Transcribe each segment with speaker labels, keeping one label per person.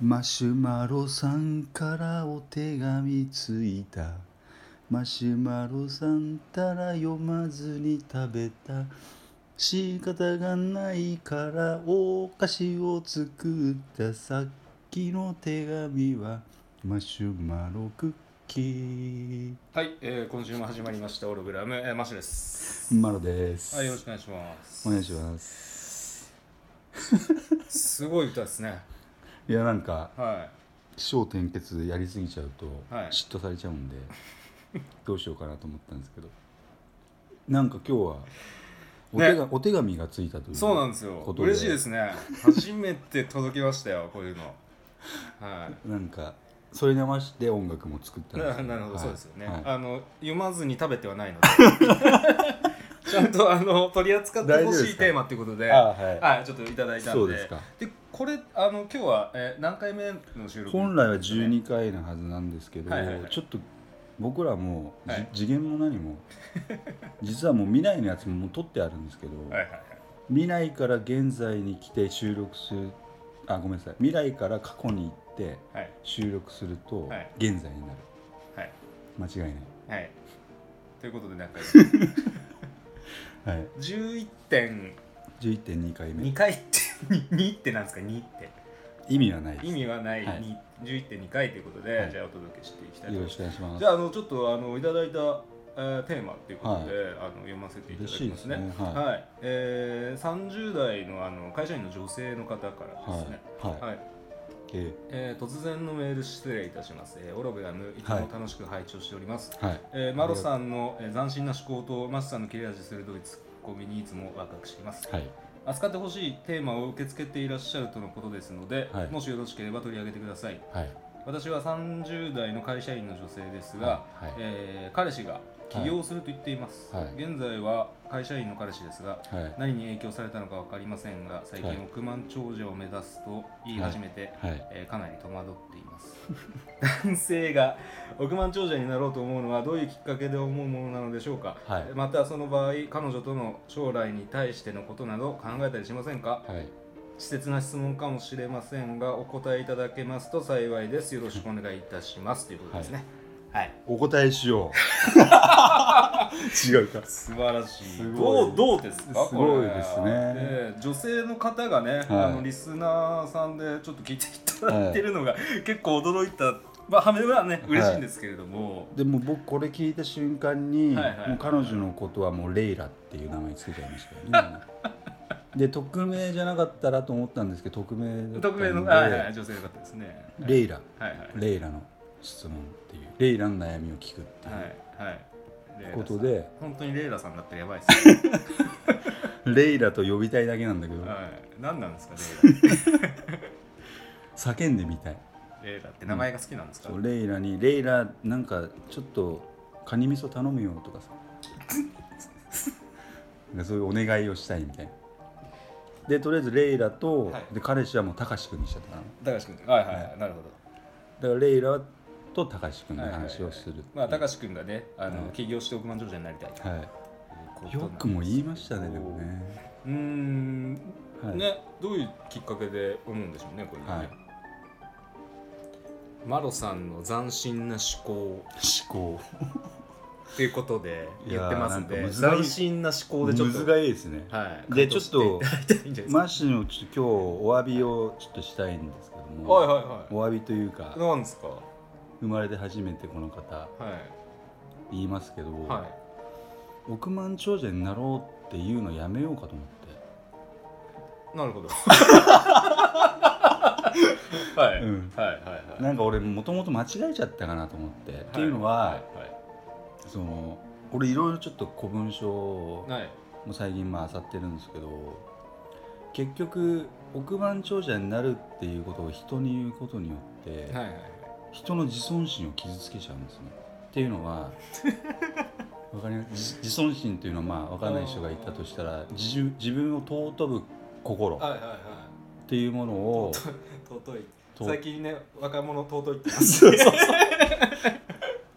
Speaker 1: マシュマロさんからお手紙ついたマシュマロさんたら読まずに食べた仕方がないからお菓子を作ったさっきの手紙はマシュマロクッキー
Speaker 2: はい、えー今週も始まりましたオログラム、えーマシュです。
Speaker 1: マロです、
Speaker 2: はい、よろしくお願いします。
Speaker 1: お願いします
Speaker 2: すごい歌ですね。
Speaker 1: いやなんか
Speaker 2: は
Speaker 1: 起承転結やりすぎちゃうと
Speaker 2: はい
Speaker 1: 嫉妬されちゃうんで、 どうしようかなと思ったんですけどなんか今日はお手,、
Speaker 2: ね
Speaker 1: お手紙がついたとい
Speaker 2: い。
Speaker 1: う
Speaker 2: そうなんですよ。
Speaker 1: ことで
Speaker 2: 嬉しいですね。初めて届きましたよ、こういうの。は
Speaker 1: なんかそれに合わせて音楽も作った
Speaker 2: い。
Speaker 1: んです
Speaker 2: な
Speaker 1: けど
Speaker 2: なるほど、
Speaker 1: はい
Speaker 2: そうですよね、
Speaker 1: はい
Speaker 2: あの、読まずに食べてはないので。 ちゃんとあの取り扱って
Speaker 1: 大丈
Speaker 2: ほ
Speaker 1: 夫です
Speaker 2: しい
Speaker 1: か
Speaker 2: テーマってことで、
Speaker 1: あはい
Speaker 2: はい、ちょっといただいたんで。
Speaker 1: そうですか
Speaker 2: でこれあの今日は、えー何回目の収録、
Speaker 1: 本来は12回のはずなんですけど、
Speaker 2: はいはいはい
Speaker 1: ちょっと僕らもう、じ
Speaker 2: はい
Speaker 1: 次元も 何も実はもう未来のやつももう撮ってあるんですけど、
Speaker 2: はいはいはい。
Speaker 1: 未来から現在に来て収録するあごめんなさい未来から過去に行って
Speaker 2: はい
Speaker 1: 収録すると、
Speaker 2: はい
Speaker 1: 現在になる
Speaker 2: はい
Speaker 1: 間違い
Speaker 2: はい。ということで、なんか
Speaker 1: ない、はい、
Speaker 2: 11.2
Speaker 1: 11.2回目
Speaker 2: 回って、2ってなんですか、2って。
Speaker 1: 意味はないです
Speaker 2: 意味はない、
Speaker 1: はい
Speaker 2: に11.2回ということで、
Speaker 1: はい
Speaker 2: じゃあお届けしていきたいと
Speaker 1: よ
Speaker 2: 思い
Speaker 1: ろ
Speaker 2: ま
Speaker 1: し
Speaker 2: す。
Speaker 1: くお願いします
Speaker 2: じゃあ、あのちょっとあのいただいた、えーテーマっていうことで、あの読ませていただきま
Speaker 1: 嬉
Speaker 2: すね。
Speaker 1: しいですねは
Speaker 2: はいい、えー30代のあの会社員の女性の方からですね。
Speaker 1: はいはい、
Speaker 2: はい
Speaker 1: え
Speaker 2: えー突然のメール失礼いたします。えー、オロベラム、いつも楽しく拝聴しております。
Speaker 1: ーはい
Speaker 2: えーマロさんの、えー斬新な思考とマスさんの切れ味鋭いツッコミにいつもワクワクしています、
Speaker 1: はい
Speaker 2: 扱ってほしいテーマを受け付けていらっしゃるとのことですので、
Speaker 1: はい
Speaker 2: もしよろしければ取り上げてください
Speaker 1: はい
Speaker 2: 私は30代の会社員の女性ですが、
Speaker 1: はい
Speaker 2: えー彼氏が起業すると言っています、
Speaker 1: はい
Speaker 2: 現在は会社員の彼氏ですが
Speaker 1: はい
Speaker 2: 何に影響されたのか分かりませんが最近
Speaker 1: はい
Speaker 2: 億万長者を目指すと言い始めて、
Speaker 1: はい
Speaker 2: えーかなり戸惑っています 男性が億万長者になろうと思うのはどういうきっかけで思うものなのでしょうか、
Speaker 1: はい
Speaker 2: またその場合彼女との将来に対してのことなど考えたりしませんか
Speaker 1: はい
Speaker 2: 稚拙な質問かもしれませんがお答えいただけますと幸いですよろしくお願いいたしますということですねはい、
Speaker 1: お答えしよ う違うか
Speaker 2: 素晴らしい
Speaker 1: すごい
Speaker 2: どうどうですか
Speaker 1: すごい
Speaker 2: これ
Speaker 1: ですね
Speaker 2: で女性の方が
Speaker 1: は
Speaker 2: ね、
Speaker 1: い
Speaker 2: あのリスナーさんでちょっと聞いていただいてるのが、結構驚いたまあはめはね嬉しいんですけれども、
Speaker 1: でも僕これ聞いた瞬間に、
Speaker 2: はいはい
Speaker 1: もう彼女のことはもうレイラっていう名前つけちゃいましたよ ねで匿名じゃなかったらと思ったんですけど匿名だったんで
Speaker 2: 匿名の、はいはい、女性の方ですね
Speaker 1: レイラ
Speaker 2: はいはい
Speaker 1: レイラの質問っていうレイラの悩みを聞くっていう、
Speaker 2: はいはいレイラさん
Speaker 1: ことで
Speaker 2: 本当にレイラさんだったらやばいですね、
Speaker 1: レイラと呼びたいだけなんだけど、
Speaker 2: はい、何なんですかレイ
Speaker 1: 叫んでみたい
Speaker 2: ラレイラって名前が好きなんですか、
Speaker 1: そうレイラに「レイラなんかちょっとカニ味噌頼むよ」とかさ なんかそういうお願いをしたいみたいなでとりあえずレイラと、
Speaker 2: はい
Speaker 1: で彼氏はもうたかしくんにしちゃったな
Speaker 2: 高志君はいはい、
Speaker 1: は
Speaker 2: はい、なるほ
Speaker 1: だ
Speaker 2: ど
Speaker 1: からレイラとたかしくんの話をする
Speaker 2: まあ高
Speaker 1: し
Speaker 2: 志君がねあの、
Speaker 1: はい
Speaker 2: 起業して億万長者になりたいとい
Speaker 1: は
Speaker 2: うこ
Speaker 1: い
Speaker 2: となんです
Speaker 1: よくも言いましたねでもね
Speaker 2: うーん、
Speaker 1: はい、
Speaker 2: ねどういうきっかけで思うんでしょうねこれね、
Speaker 1: はい
Speaker 2: マロさんの斬新な思考
Speaker 1: 思考
Speaker 2: ということで
Speaker 1: いや
Speaker 2: 言
Speaker 1: ー
Speaker 2: ってますんで
Speaker 1: なんか難しい
Speaker 2: 斬新な思考でちょっと
Speaker 1: むずがいいですね
Speaker 2: はい
Speaker 1: でちょっと
Speaker 2: 回答していただいたらいいんじゃない
Speaker 1: マッシュのちょっと今日お詫びをちょっとしたいんですけど
Speaker 2: です
Speaker 1: も、
Speaker 2: かはいはいは
Speaker 1: お詫びというか
Speaker 2: いなんですかは
Speaker 1: 生まれて初めてこの方言いますけど、
Speaker 2: いはい
Speaker 1: 億万長者になろうっていうのやめようかと思って、
Speaker 2: なるほ どはい、
Speaker 1: うん
Speaker 2: はいはいはい
Speaker 1: なんか俺もともと間違えちゃったかなと思って、っていうのは、その俺いろいろちょっと古文書を
Speaker 2: はいはいは
Speaker 1: も
Speaker 2: い
Speaker 1: う最近まあ漁ってるんですけど結局億万長者になるっていうことを人に言うことによって、
Speaker 2: はいはい
Speaker 1: 人の自尊心を傷つけちゃうんですね。っていうの はわかります自自尊心というのはまあわからない人がいたとしたら自重自分を尊ぶ心っ
Speaker 2: はいはいは
Speaker 1: ていうものを
Speaker 2: い尊い
Speaker 1: と
Speaker 2: 最近ね若者尊いって言います
Speaker 1: そうそうそう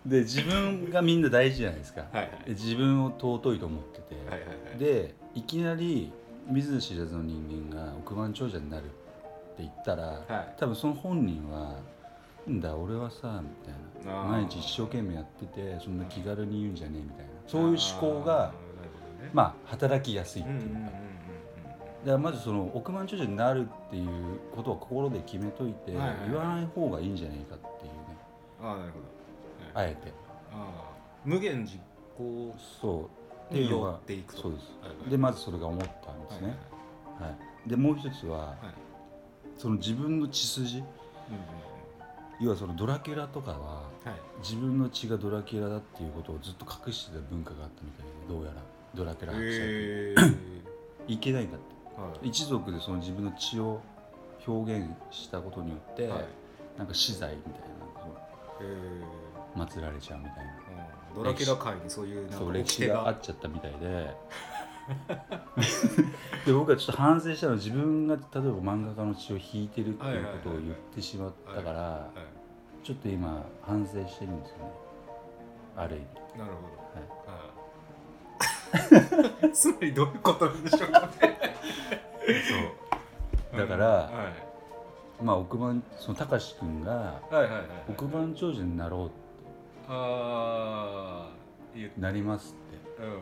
Speaker 1: で自分がみんな大事じゃないですか、
Speaker 2: はいはい
Speaker 1: で自分を尊いと思ってて、
Speaker 2: はいはいはい
Speaker 1: でいきなり見ず知らずの人間が億万長者になるってって言ったら、
Speaker 2: はい
Speaker 1: 多分その本人は「なんだ俺はさ」みたいな
Speaker 2: あー
Speaker 1: 毎日一生懸命やっててそんな気軽に言うんじゃねえみたいなそういう思考が
Speaker 2: あーなるほどね
Speaker 1: まあ働きやすいっ
Speaker 2: う
Speaker 1: て
Speaker 2: ん
Speaker 1: いううん
Speaker 2: う
Speaker 1: か、
Speaker 2: んうんうん
Speaker 1: だからまずその億万長者になるっていうことを心で決めといて、
Speaker 2: はいはいはい
Speaker 1: 言わない方がいいんじゃないかっていうね
Speaker 2: ああなるほど
Speaker 1: あえて
Speaker 2: あー無限実行
Speaker 1: そうってい
Speaker 2: に
Speaker 1: うの
Speaker 2: よ
Speaker 1: が
Speaker 2: っていくと
Speaker 1: そうです
Speaker 2: はいはい
Speaker 1: でまずそれが思ったんですね、はいでもう一つは、
Speaker 2: はい
Speaker 1: その自分の血筋
Speaker 2: うんうんうん
Speaker 1: 要はそのドラキュラとかは
Speaker 2: はい
Speaker 1: 自分の血がドラキュラだっていうことをずっと隠してた文化があったみたいでどうやらドラキュラ伯爵、
Speaker 2: へ ー
Speaker 1: いけないんだって
Speaker 2: はい
Speaker 1: 一族でその自分の血を表現したことによって、
Speaker 2: はい
Speaker 1: なんか死罪みたいなの
Speaker 2: えー
Speaker 1: が祀られちゃうみたいな
Speaker 2: うんドラキュラ界にそういうなんか
Speaker 1: そう歴史
Speaker 2: 掟
Speaker 1: があっちゃったみたいでで僕はちょっと反省したのは自分が例えば漫画家の血を引いてるっていうことを言ってしまったから、
Speaker 2: は
Speaker 1: ちょっと今反省してるんですよねある意味
Speaker 2: いなるほどはい つまりどういうことなんで しょうかね
Speaker 1: そうだから
Speaker 2: はい
Speaker 1: まあ億万そのたかしくんが
Speaker 2: はいはいはいはい
Speaker 1: 億万長者になろ
Speaker 2: ああ言う
Speaker 1: うなりますって
Speaker 2: うん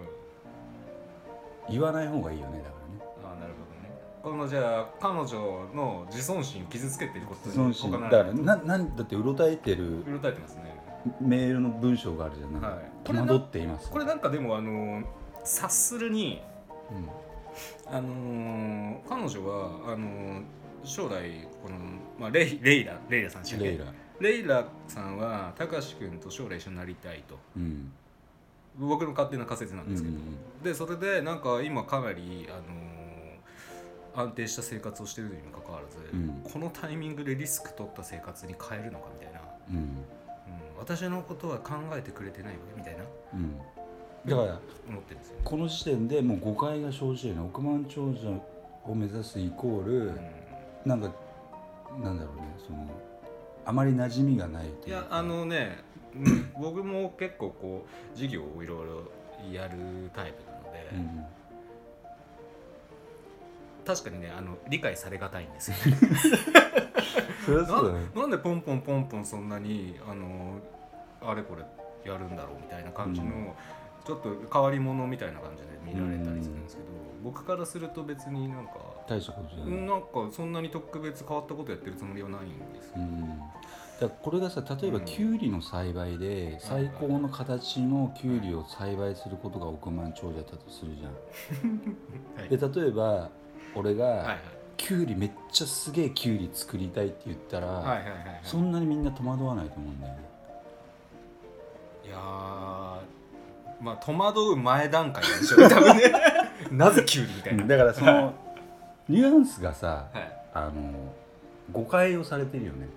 Speaker 1: 言わない方がいいよねだからね
Speaker 2: ああなるほどねこのじゃあ彼女の自尊心を傷つけてること
Speaker 1: 自
Speaker 2: に
Speaker 1: 尊心だ
Speaker 2: 他な
Speaker 1: から
Speaker 2: らない
Speaker 1: ななんだってうろたえてる
Speaker 2: うろたえてますね
Speaker 1: メールの文章があるじゃない、
Speaker 2: はい
Speaker 1: 戸惑っています
Speaker 2: これなんかでもあの察するに
Speaker 1: うん
Speaker 2: あのー彼女はあのー将来この、まあ、レイレイラレイラさんでしたっけ
Speaker 1: レイラ
Speaker 2: レイラさんはたかし君と将来一緒になりたいと
Speaker 1: うん
Speaker 2: 僕の勝手な仮説なんですけど、
Speaker 1: うんうん
Speaker 2: でそれでなんか今かなり、あのー安定した生活をしているにもかかわらず、
Speaker 1: うん
Speaker 2: このタイミングでリスク取った生活に変えるのかみたいな、
Speaker 1: うん
Speaker 2: うん、私のことは考えてくれてないわみたいな
Speaker 1: うんだから
Speaker 2: 思ってるんですよ、
Speaker 1: この時点でもう誤解が生じてるの億万長者を目指すイコール、
Speaker 2: うん
Speaker 1: なんかなんだろうねそのあまり馴染みがないと
Speaker 2: い
Speaker 1: いうか
Speaker 2: やあのね、うん僕も結構こう授業をいろいろやるタイプなので、
Speaker 1: うん
Speaker 2: 確かにねあの理解されがたいんですよ
Speaker 1: それは
Speaker 2: な
Speaker 1: そうだね
Speaker 2: なんでポンポンポンポンそんなにあのあれこれやるんだろうみたいな感じの、
Speaker 1: うん
Speaker 2: ちょっと変わり者みたいな感じで見られたりするんですけど、僕からすると別になんか、
Speaker 1: 大したことじゃない、
Speaker 2: なんかそんなに特別変わったことやってるつもりはないんです
Speaker 1: う
Speaker 2: よ、
Speaker 1: んだからこれがさ例えば
Speaker 2: うん
Speaker 1: キュウリの栽培で最高の形のキュウリを栽培することが億万長者だとするじゃん。
Speaker 2: はい
Speaker 1: で例えば俺
Speaker 2: はいは
Speaker 1: が
Speaker 2: い
Speaker 1: キュウリめっちゃすげえキュウリ作りたいって言ったら、
Speaker 2: はいはいはいはい
Speaker 1: そんなにみんな戸惑わないと思うんだよね。
Speaker 2: いやーまあ戸惑う前段階なんでしょうね多 分ねなぜ急にみたいな、
Speaker 1: だからそのニュアンスがさ
Speaker 2: はい、
Speaker 1: あの誤解をされてるよね。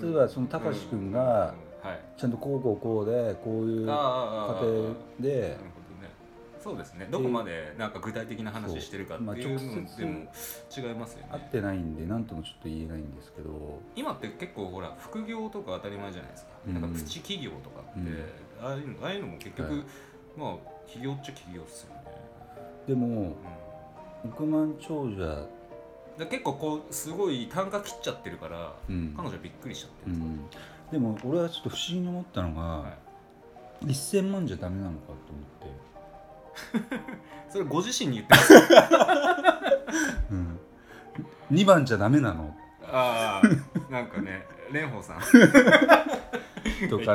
Speaker 1: 例えばそのたかしくんが
Speaker 2: うんはい
Speaker 1: ちゃんとこうこうこうでこういう過
Speaker 2: あーあーあー
Speaker 1: 程で
Speaker 2: なるほどねそうですねどこまでなんか具体的な話してるかっていう
Speaker 1: そうまあ直
Speaker 2: の
Speaker 1: 接
Speaker 2: でも違いますよ
Speaker 1: 合
Speaker 2: ね
Speaker 1: ってないんで何ともちょっと言えないんですけど。
Speaker 2: 今って結構ほら副業とか当たり前じゃないですか,、
Speaker 1: うん
Speaker 2: なんかプチ企業とかって、
Speaker 1: うん
Speaker 2: ああいうのああいうのも結局、
Speaker 1: はい
Speaker 2: まあ企業っちゃ企業っすよね、
Speaker 1: でも
Speaker 2: うん、だか
Speaker 1: 億万長者、
Speaker 2: ら結構こうすごい単価切っちゃってるから、
Speaker 1: うん
Speaker 2: 彼女びっくりしちゃって
Speaker 1: う
Speaker 2: るんで
Speaker 1: ん、でも俺はちょっと不思議に思ったのが、
Speaker 2: は
Speaker 1: 1000万じゃダメなのかと思っ
Speaker 2: す、それご自身に言って ます
Speaker 1: て、うん、2番じゃダメなの
Speaker 2: ああなんかね蓮舫さん
Speaker 1: とか
Speaker 2: 言ってました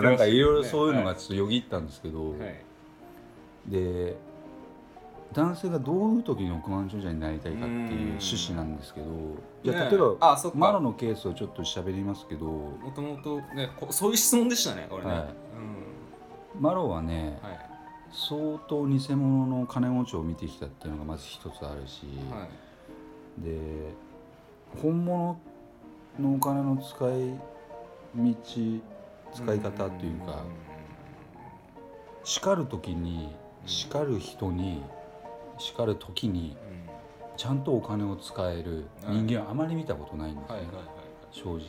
Speaker 2: ね
Speaker 1: なんかいろいろそういうのがちょっとよぎったんですけど、
Speaker 2: はい
Speaker 1: で男性がどういう時に億万長者になりたいかっていう趣旨なんですけどじゃあ
Speaker 2: ね
Speaker 1: 例えば、
Speaker 2: あそっか
Speaker 1: マロのケースをちょっと喋りますけど
Speaker 2: もともとねこそういう質問でしたねこれね、
Speaker 1: はいマロはね、
Speaker 2: うんはい
Speaker 1: 相当偽物の金持ちを見てきたっていうのがまず一つあるし、
Speaker 2: はい
Speaker 1: で本物のお金の使い道使い方というか叱る時に
Speaker 2: うん
Speaker 1: 叱る人に叱る時に
Speaker 2: うんうんは
Speaker 1: ちゃんとお金を使える
Speaker 2: はい
Speaker 1: 人間はあまり見たことないんですね、
Speaker 2: いはいはいはい
Speaker 1: 正直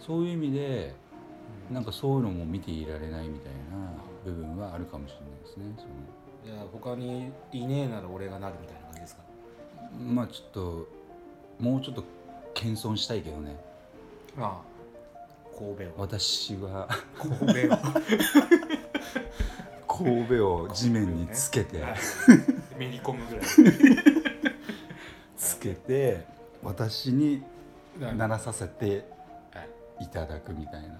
Speaker 1: そういう意味でなんかそういうのも見ていられないみたいな部分はあるかもしれないですねそ
Speaker 2: いや他にいねえなら俺がなるみたいな感じですか
Speaker 1: のまあちょっともうちょっと謙遜したいけどね
Speaker 2: ああ神戸を
Speaker 1: 私 は
Speaker 2: 神戸を
Speaker 1: 神戸を地面につけて、
Speaker 2: はいめり込むぐらい
Speaker 1: つけて私に
Speaker 2: な
Speaker 1: ならさせて
Speaker 2: はい
Speaker 1: いただくみたいな、
Speaker 2: い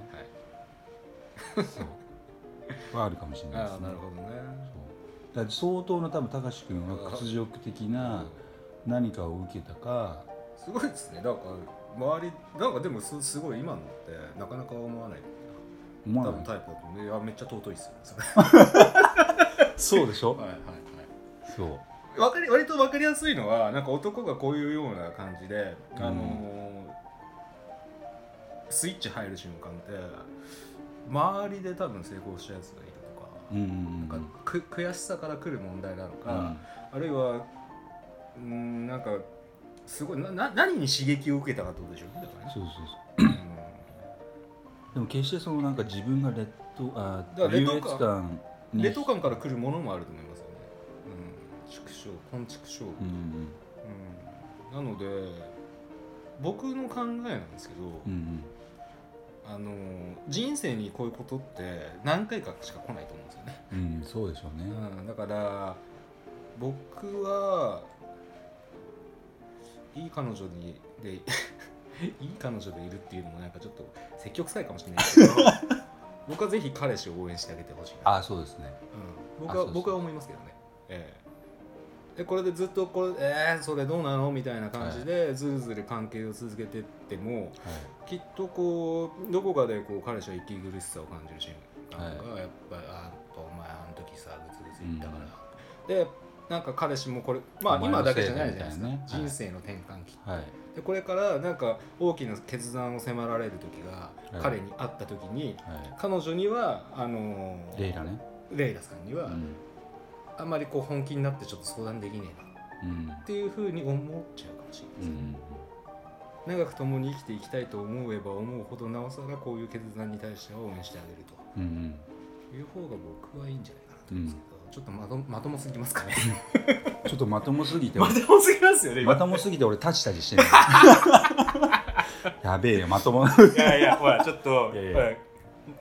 Speaker 1: そうはあるかもしれないです
Speaker 2: ああ
Speaker 1: ね
Speaker 2: なるほど
Speaker 1: そ
Speaker 2: ね
Speaker 1: うだから相当の多分高志君は屈辱的な何かを受けたか
Speaker 2: すごいですねなんか周りなんかでもすすごい今のってなかなか思わない
Speaker 1: 思
Speaker 2: 多
Speaker 1: わな
Speaker 2: 分
Speaker 1: い
Speaker 2: タイプだと思ういやめっちゃ尊いっすよねそれ
Speaker 1: そうでしょ、
Speaker 2: はいはいはい
Speaker 1: そう
Speaker 2: わかり割と分かりやすいのはなんか男がこういうような感じで、あのースイッチ入る瞬間って周りで多分成功したやつがいるとか,、
Speaker 1: うんうんう
Speaker 2: なん
Speaker 1: ん
Speaker 2: かく悔しさから来る問題なの
Speaker 1: う
Speaker 2: か
Speaker 1: ん、
Speaker 2: あるいはうんなんかすごいなな何に刺激を受けたかってことでしょだからね
Speaker 1: そうそうそう
Speaker 2: うん
Speaker 1: でも決してそのなんか自分が劣等あ
Speaker 2: だから
Speaker 1: 優
Speaker 2: 劣
Speaker 1: 越
Speaker 2: 等感
Speaker 1: 感に
Speaker 2: 劣等感から来るものもあると思いますよね。うん、畜生、本畜生。
Speaker 1: うんうん
Speaker 2: うんなので僕の考えなんですけど、
Speaker 1: うん
Speaker 2: あの人生にこういうことって何回かしか来ないと思うんですよね、
Speaker 1: うん、うん、そうでしょうね、
Speaker 2: うん、だから僕はいい彼女にで いい彼女でいるっていうのもなんかちょっと積極臭いかもしれないで すけど僕はぜひ彼氏を応援してあげてほしいな
Speaker 1: ああそうですね
Speaker 2: うん、僕
Speaker 1: あそう
Speaker 2: は
Speaker 1: そう
Speaker 2: 僕は思いますけどね、ええでこれでずっとこれえー、それどうなのみたいな感じでずるずる関係を続けてっても
Speaker 1: はい
Speaker 2: きっとこうどこかでこう彼氏は息苦しさを感じるシーンが、やっぱりあんたお前あの時さグツグツ言ったから、でなんか彼氏もこれま
Speaker 1: お
Speaker 2: あ
Speaker 1: 前の
Speaker 2: 今だけじゃないじゃないですか、
Speaker 1: せいだみたいなね
Speaker 2: 人生の転換期、
Speaker 1: はい
Speaker 2: でこれからなんか大きな決断を迫られる時が、
Speaker 1: はい
Speaker 2: 彼に会った時に
Speaker 1: は
Speaker 2: 彼女にはあのー
Speaker 1: いレイラね
Speaker 2: レイラさんには、
Speaker 1: うん、
Speaker 2: あんまりこう本気になってちょっと相談できねえな
Speaker 1: うん
Speaker 2: っていうふうに思っちゃうかもし
Speaker 1: う
Speaker 2: れないですね、
Speaker 1: ん
Speaker 2: 長く共に生きていきたいと思えば思うほどなおさらこういう決断に対しては応援してあげると
Speaker 1: うんうん
Speaker 2: いう方が僕はいいんじゃないかなと思うんですけど、ちょっとまとまともすぎますかね
Speaker 1: ちょっと まともすぎて
Speaker 2: まともすぎますよね
Speaker 1: ま
Speaker 2: 今
Speaker 1: ともすぎて俺タチタチして るやべえよまとも
Speaker 2: いやいやほらちょっと
Speaker 1: いやいや
Speaker 2: ほら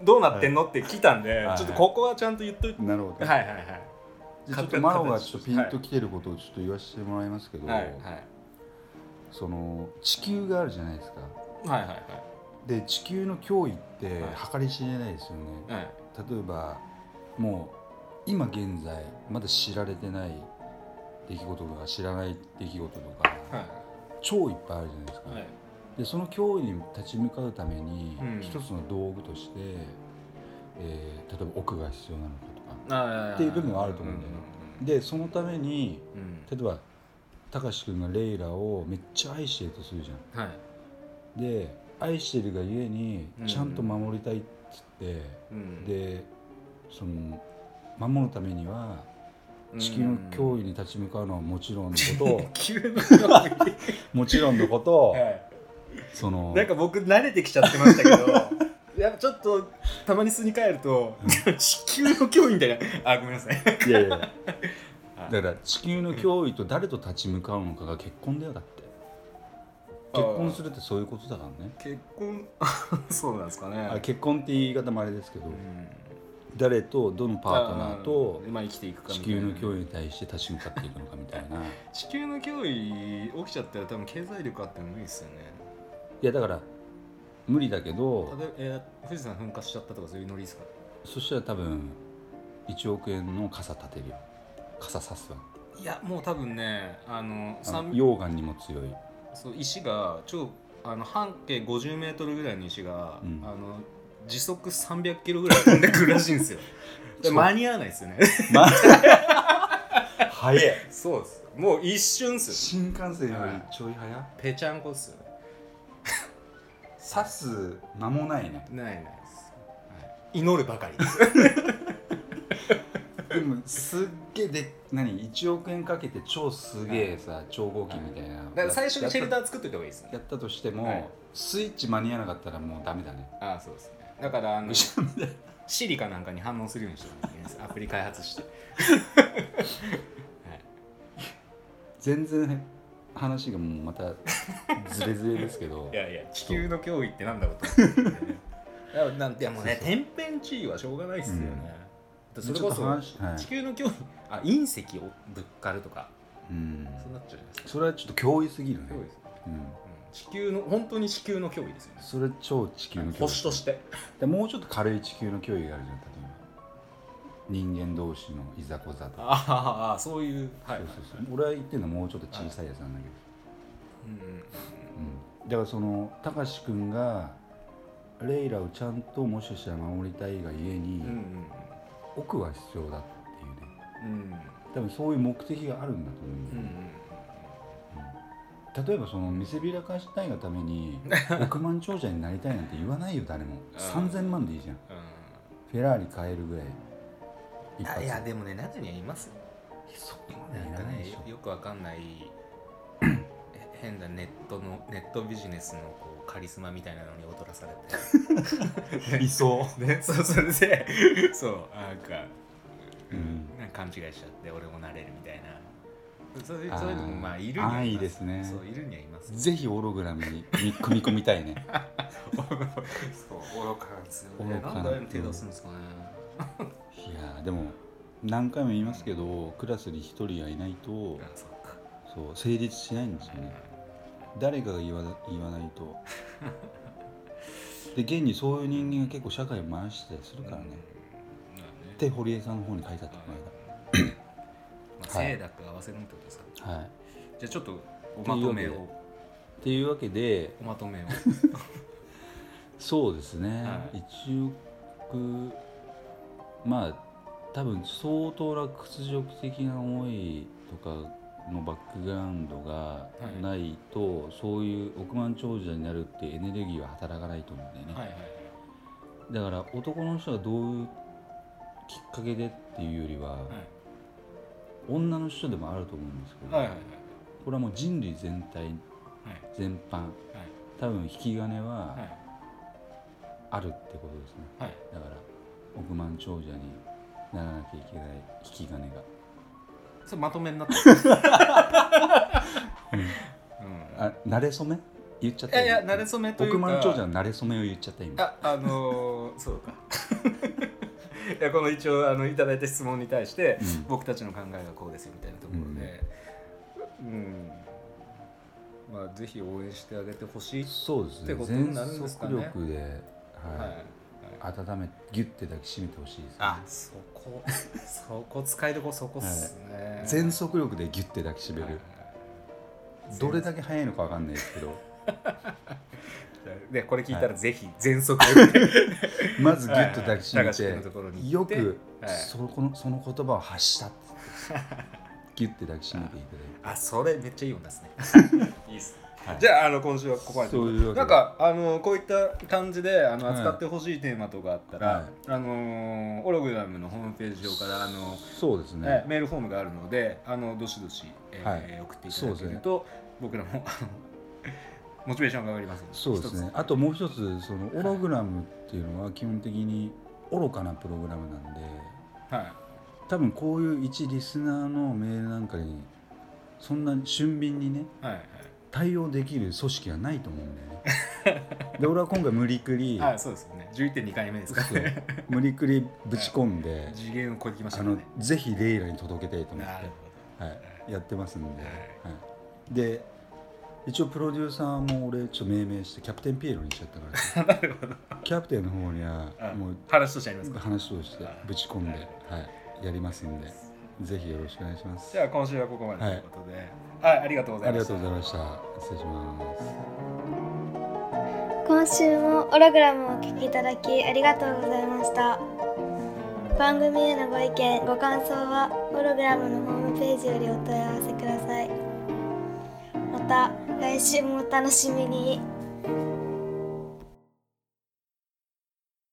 Speaker 2: どうなってんのって来たんで、
Speaker 1: はい
Speaker 2: ちょっとここはちゃんと言っといて、
Speaker 1: なるほど、
Speaker 2: はいはいはい
Speaker 1: じゃあちょっと
Speaker 2: 勝手
Speaker 1: マロがちょっとピン
Speaker 2: は
Speaker 1: と
Speaker 2: い
Speaker 1: きてることをちょっと言わせてもらいますけど、
Speaker 2: はいはい
Speaker 1: その地球があるじゃないですか
Speaker 2: はいは
Speaker 1: で地球の脅威って
Speaker 2: はい
Speaker 1: 計り知れないですよね、
Speaker 2: いはい
Speaker 1: 例えばもう今現在まだ知られてない出来事とか知らない出来事とか
Speaker 2: はい
Speaker 1: 超いっぱいあるじゃないですか、
Speaker 2: はい
Speaker 1: でその脅威に立ち向かうために、
Speaker 2: うん
Speaker 1: 一つの道具として、えー例えば奥が必要なのかとか
Speaker 2: あー
Speaker 1: っていう部分があると思うんだよねでそのために
Speaker 2: うんうん
Speaker 1: 例えばたかし君がレイラをめっちゃ愛してるとするじゃ
Speaker 2: うんはい
Speaker 1: んで愛してるがゆえに
Speaker 2: うん
Speaker 1: ちゃんと守りたいっつって、
Speaker 2: うん
Speaker 1: でその守るためには地球の脅威に立ち向かうのはもちろんの ことを
Speaker 2: 急の脅威
Speaker 1: もちろんのこと を
Speaker 2: は
Speaker 1: その
Speaker 2: いなんか僕慣れてきちゃってました けどやっぱちょっとたまに巣に帰ると地球の脅威みたいなあごめんなさい
Speaker 1: いやいや いやだから地球の脅威と誰と立ち向かうのかが結婚だよだって結婚す
Speaker 2: る
Speaker 1: るってそういうことだからね
Speaker 2: 結婚 そうなんですかね
Speaker 1: あ結婚って言い方もあれですけど、
Speaker 2: うん
Speaker 1: 誰とどのパートナーと
Speaker 2: まあ生きていくか
Speaker 1: 地球の
Speaker 2: 威
Speaker 1: 脅威に対して立ち向かっていくのかみたいない
Speaker 2: 地球の脅威起きちゃったら多分経済力あっても無理ですよね
Speaker 1: やだから無理だけど
Speaker 2: 例えば、えー富士山噴火しちゃったとかそういうノリですか
Speaker 1: そしたら多分1億円の傘立てるよ傘さすわ
Speaker 2: いやもう多分ね
Speaker 1: あ
Speaker 2: あの
Speaker 1: の
Speaker 2: 三
Speaker 1: 溶岩にも強 い
Speaker 2: そう石が超あの半径50メートルぐらいの石が、
Speaker 1: うん
Speaker 2: あの時速300キロぐらい飛んでくるらしい んですよ
Speaker 1: そ
Speaker 2: で
Speaker 1: う
Speaker 2: 間に合わないですよね
Speaker 1: ま早い
Speaker 2: そうですもう一瞬っすよ
Speaker 1: 新幹線よりちょい早
Speaker 2: ぺちゃんこっすよ
Speaker 1: 刺す間もないね
Speaker 2: ねないないです、はい、祈るばかりです
Speaker 1: でもすっげえで何1億円かけて超すげえさ超合金みたいな、
Speaker 2: だから最初にシェルタ
Speaker 1: ー
Speaker 2: ー作っといた方がいいですね
Speaker 1: やったとしても、
Speaker 2: はい
Speaker 1: スイッチ間に合わなかったらもうダメだね
Speaker 2: ああそうですねだか らあの
Speaker 1: 後ろで
Speaker 2: シリかなんかに反応するようにしてるんですアプリ開発して
Speaker 1: 全然話がもうまたずれずれですけど
Speaker 2: いやいや地球の脅威ってなんだろうと 思って、ね、だからなんでもね天変地異はしょうがないっすよね、それこ
Speaker 1: ちょっと
Speaker 2: そ
Speaker 1: 話はい
Speaker 2: 地球の脅威あ隕石をぶっかるとか
Speaker 1: うん、
Speaker 2: そうなっちゃうじゃないですか
Speaker 1: それはちょっと脅威すぎるね、
Speaker 2: 脅威ですね
Speaker 1: うん、
Speaker 2: うん地球の本当に地球の脅威ですよね
Speaker 1: それ超地球の脅威
Speaker 2: 星として
Speaker 1: でもうちょっと軽い地球の脅威があるじゃん例えば人間同士のいざこざとか、
Speaker 2: ああそういうはい
Speaker 1: そうそうそう俺は言ってるのはもうちょっと小さいやつなんだけど、
Speaker 2: うん
Speaker 1: うん、だからそのたかしくんがレイラをちゃんともしかしたら守りたいがゆえに、
Speaker 2: うん
Speaker 1: 奥は必要だっていうね
Speaker 2: うんうん
Speaker 1: 多分そういう目的があるんだと思
Speaker 2: うんう
Speaker 1: うんだよね、
Speaker 2: ん
Speaker 1: 例えばその見せびらかしたいがため に億万長者になりたいなんて言わないよ誰も
Speaker 2: あー
Speaker 1: 3000万でいいじゃんフェラーリ買えるぐらい一
Speaker 2: うん
Speaker 1: 発
Speaker 2: いやでもね中にはいます
Speaker 1: そこまで
Speaker 2: ないん
Speaker 1: ら
Speaker 2: か
Speaker 1: ないで
Speaker 2: ね
Speaker 1: しょ
Speaker 2: よくわかんない え変なネットのネットビジネスのこうカリスマみたいなのに踊らされて
Speaker 1: 理想
Speaker 2: ね、そうそれでそうなんか,、
Speaker 1: うん
Speaker 2: なんか勘違いしちゃって俺もなれるみたいなそういう
Speaker 1: あー
Speaker 2: そういうのもまあいるにはいます
Speaker 1: 安易ですね
Speaker 2: そういるにはいます
Speaker 1: ぜひオログラムに組み込みたいね
Speaker 2: そう愚かなんですよね
Speaker 1: 愚かな
Speaker 2: なんでああいうの手出すんですかね
Speaker 1: いやーでも何回も言いますけどクラスに一人がいないと
Speaker 2: あそっか
Speaker 1: そう成立しないんですよね誰かが言わ言わないとで現にそういう人間が結構社会を回したりするからね、
Speaker 2: まあね
Speaker 1: って堀江さんの方に書いてあった
Speaker 2: ま
Speaker 1: こ
Speaker 2: あまあ
Speaker 1: はい
Speaker 2: 清濁合わせるってことですか
Speaker 1: の間はいっ
Speaker 2: じゃあちょっとおまとめ
Speaker 1: というわ
Speaker 2: を
Speaker 1: ていうわけで
Speaker 2: おまと めを
Speaker 1: そうですね、
Speaker 2: はい
Speaker 1: 1億まあ多分相当な屈辱的な思いとかのバックグラウンドが
Speaker 2: い
Speaker 1: ないと、そういう億万長者になるってエネルギーは働かないと思うんだよね、
Speaker 2: はいはい
Speaker 1: だから男の人がどういうきっかけでっていうよりは、女の人でもあると思うんですけど、
Speaker 2: はいはいはいはい
Speaker 1: これはもう人類全体
Speaker 2: はい
Speaker 1: 全般多分引き金は
Speaker 2: はい
Speaker 1: あるってことですね
Speaker 2: はい
Speaker 1: だから億万長者にならなきゃいけない引き金が
Speaker 2: それまとめになった。うん
Speaker 1: あ慣れ初め言っちゃっ
Speaker 2: い
Speaker 1: た
Speaker 2: やいや、慣れ初めというか。
Speaker 1: 億万長者の慣れ初めを言っちゃった今
Speaker 2: あ、あのー、そうか。 いやこの一応あのいただいた質問に対して、
Speaker 1: うん
Speaker 2: 僕たちの考えがこうですよみたいなところで、うん、まあぜひ応援してあげてほしい。
Speaker 1: そうです
Speaker 2: って
Speaker 1: ね
Speaker 2: ことに
Speaker 1: 全
Speaker 2: なるんですか
Speaker 1: 速
Speaker 2: ね
Speaker 1: 力で、
Speaker 2: はい。
Speaker 1: はい温めギュッて抱きしめてほしいです、ね、
Speaker 2: あ、そこ、そこ使いどこそこっすね。
Speaker 1: 全速力でギュッて抱きしめる、
Speaker 2: はい
Speaker 1: どれだけ速いのかわかんないですけど
Speaker 2: でこれ聞いたらぜひ全速 力で、
Speaker 1: まずギュッと抱きしめ
Speaker 2: はいはい高橋君のところ
Speaker 1: て
Speaker 2: に行
Speaker 1: よ
Speaker 2: って
Speaker 1: く
Speaker 2: はい
Speaker 1: そこのその言葉を発したって言ってギュッて抱きしめていただい て。
Speaker 2: あそれめっちゃいい音ですねいいっす
Speaker 1: はい
Speaker 2: じゃああの今週はここまで
Speaker 1: そういうわけで
Speaker 2: なんかあのこういった感じであの
Speaker 1: はい
Speaker 2: 扱ってほしいテーマとかあったら、
Speaker 1: はい
Speaker 2: あのーオログラムのホームページ上からあの、
Speaker 1: そうです
Speaker 2: え
Speaker 1: ね。
Speaker 2: メールフォームがあるのであのどしどし、えー
Speaker 1: はい
Speaker 2: 送っていただけると、僕らもあのモチベーションが上がりますの
Speaker 1: そうですね。あともう一つそのオログラムっていうのは基本的に愚かなプログラムなんで、
Speaker 2: 一つは
Speaker 1: 多分こういう一リスナーのメールなんかにそんな俊敏にね
Speaker 2: いはい
Speaker 1: 対応できる組織がないと思うんだよ ね。で俺は今回無理くり
Speaker 2: はい、はい、そうですよね11.2回目ですか
Speaker 1: そう
Speaker 2: らね
Speaker 1: 無理くりぶち込んで、
Speaker 2: 次元を超えてきまし
Speaker 1: あ
Speaker 2: たから
Speaker 1: の
Speaker 2: ね
Speaker 1: ぜひレイラに届けたいと思っ
Speaker 2: なる
Speaker 1: て、
Speaker 2: ほ
Speaker 1: は、
Speaker 2: はい
Speaker 1: やってますんで、
Speaker 2: は
Speaker 1: はいい、で一応プロデューサーも俺ちょっと命名してキャプテンピエロにしちゃったからね、
Speaker 2: どなるほど
Speaker 1: キャプテンの方には
Speaker 2: あ
Speaker 1: もう
Speaker 2: 話としてありますか
Speaker 1: 話をしてぶち込んで、はい、やりますんでぜひよろしくお願いします
Speaker 2: じゃあ今週はここまでと
Speaker 1: はい
Speaker 2: いうことで、はい、ありがとうござ
Speaker 1: あ
Speaker 2: い
Speaker 1: りが
Speaker 2: まし
Speaker 1: と
Speaker 2: た
Speaker 1: うございました失礼します
Speaker 3: 今週もオログラムをお聴きいただきありがとうございました番組へのご意見ご感想はオログラムのホームページよりお問い合わせくださいまた来週もお楽しみに